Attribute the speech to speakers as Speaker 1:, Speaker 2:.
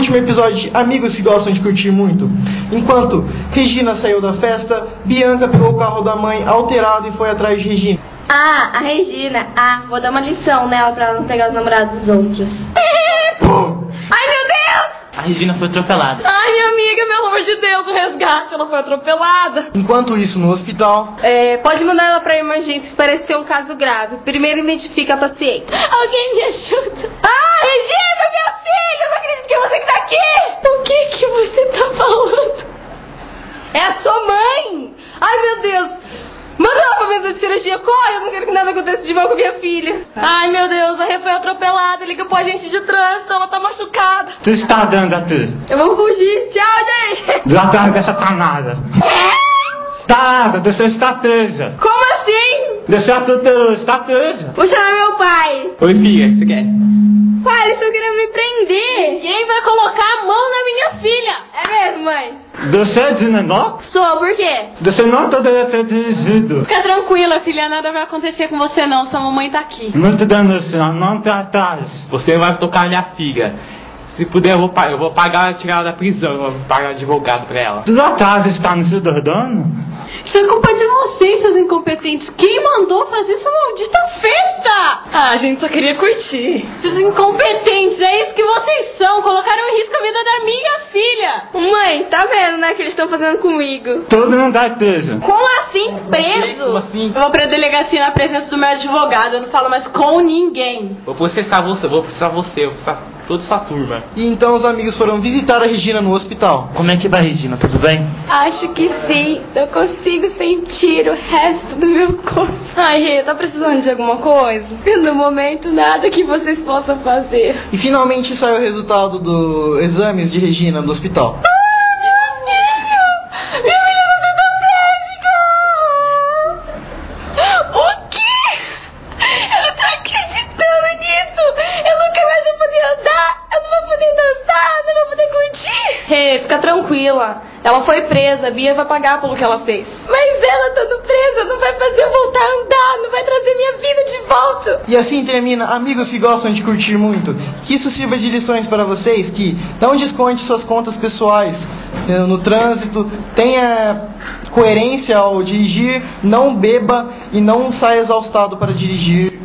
Speaker 1: último episódio de Amigos que Gostam de Curtir Muito. Enquanto Regina saiu da festa, Bianca pegou o carro da mãe alterado e foi atrás de Regina.
Speaker 2: Ah, a Regina. Ah, vou dar uma lição nela pra ela não pegar os namorados dos outros.
Speaker 3: Ai, meu Deus!
Speaker 4: A Regina foi atropelada.
Speaker 3: Ai, minha amiga, pelo amor de Deus, o resgate, ela foi atropelada.
Speaker 1: Enquanto isso, no hospital,
Speaker 3: É, pode mandar ela pra emergência se parecer um caso grave. Primeiro identifica a paciente. Alguém me ajuda. Ah, Regina, meu filho, eu não acredito que é você que tá aqui. O que que você tá falando? É a sua mãe. Ai, meu Deus. Manda ela pra mesa de cirurgia, corre, eu não quero que nada aconteça de mal com minha filha. Ai, meu Deus, a Rê foi atropelada, liga pro agente de trânsito, ela tá machucada.
Speaker 4: Tu está dando a tu.
Speaker 3: Eu vou fugir, tchau, gente.
Speaker 4: Latarga dessa tanada. Tarada, Tá, do seu estateza.
Speaker 3: Como assim?
Speaker 4: Do seu atu- estateza.
Speaker 2: Vou chamar meu pai.
Speaker 4: Oi, filha, o que você quer?
Speaker 5: é.
Speaker 2: Pai, eles estão querendo me prender.
Speaker 3: Ninguém vai colocar a mão na minha filha.
Speaker 2: É mesmo, mãe?
Speaker 4: Do seu desenanó?
Speaker 2: Sou, por quê?
Speaker 4: Do seu não todo deduzido.
Speaker 3: Fica tranquila, filha, nada vai acontecer com você não, sua mamãe tá aqui.
Speaker 4: Muito dano, senhor, não te atrás.
Speaker 5: Você vai tocar minha filha. Se puder, eu vou, pa- eu vou pagar tirar ela da prisão. Eu vou pagar advogado pra ela.
Speaker 4: Tu tá atrás está nos ajudando?
Speaker 3: Isso é culpa de vocês, seus incompetentes. Quem mandou fazer essa maldita festa? Ah, a gente só queria curtir. Seus incompetentes, é isso que vocês são. Colocaram em risco a vida da minha filha.
Speaker 2: Mãe, tá vendo, né, o que eles estão fazendo comigo?
Speaker 4: Todo é não dá teja.
Speaker 2: Como assim,
Speaker 5: Como
Speaker 2: preso?
Speaker 5: assim?
Speaker 3: Eu vou pra delegacia na presença do meu advogado. Eu não falo mais com ninguém.
Speaker 5: Vou processar você, vou processar você, vou processar toda sua turma.
Speaker 1: e então os amigos foram visitar a Regina no hospital.
Speaker 4: Como é que vai, Regina? Tudo bem?
Speaker 2: Acho que sim. Eu consigo sentir o resto do meu corpo. Ai, Rê, tá precisando de alguma coisa? No momento, nada que vocês possam fazer.
Speaker 1: E finalmente saiu o resultado do exames de Regina no hospital.
Speaker 3: O quê? Eu não tô acreditando nisso! Eu nunca mais vou poder andar! Eu não vou poder dançar! Eu não vou poder curtir! Rê, fica tranquila. Ela foi presa, a Bia vai pagar pelo que ela fez. Mas ela estando presa não vai fazer eu voltar a andar, não vai trazer minha vida de volta.
Speaker 1: E assim termina Amigos que Gostam de Curtir Muito. Que isso sirva de lições para vocês que não desconte suas contas pessoais eh, no trânsito, tenha coerência ao dirigir, não beba e não saia exaustado para dirigir.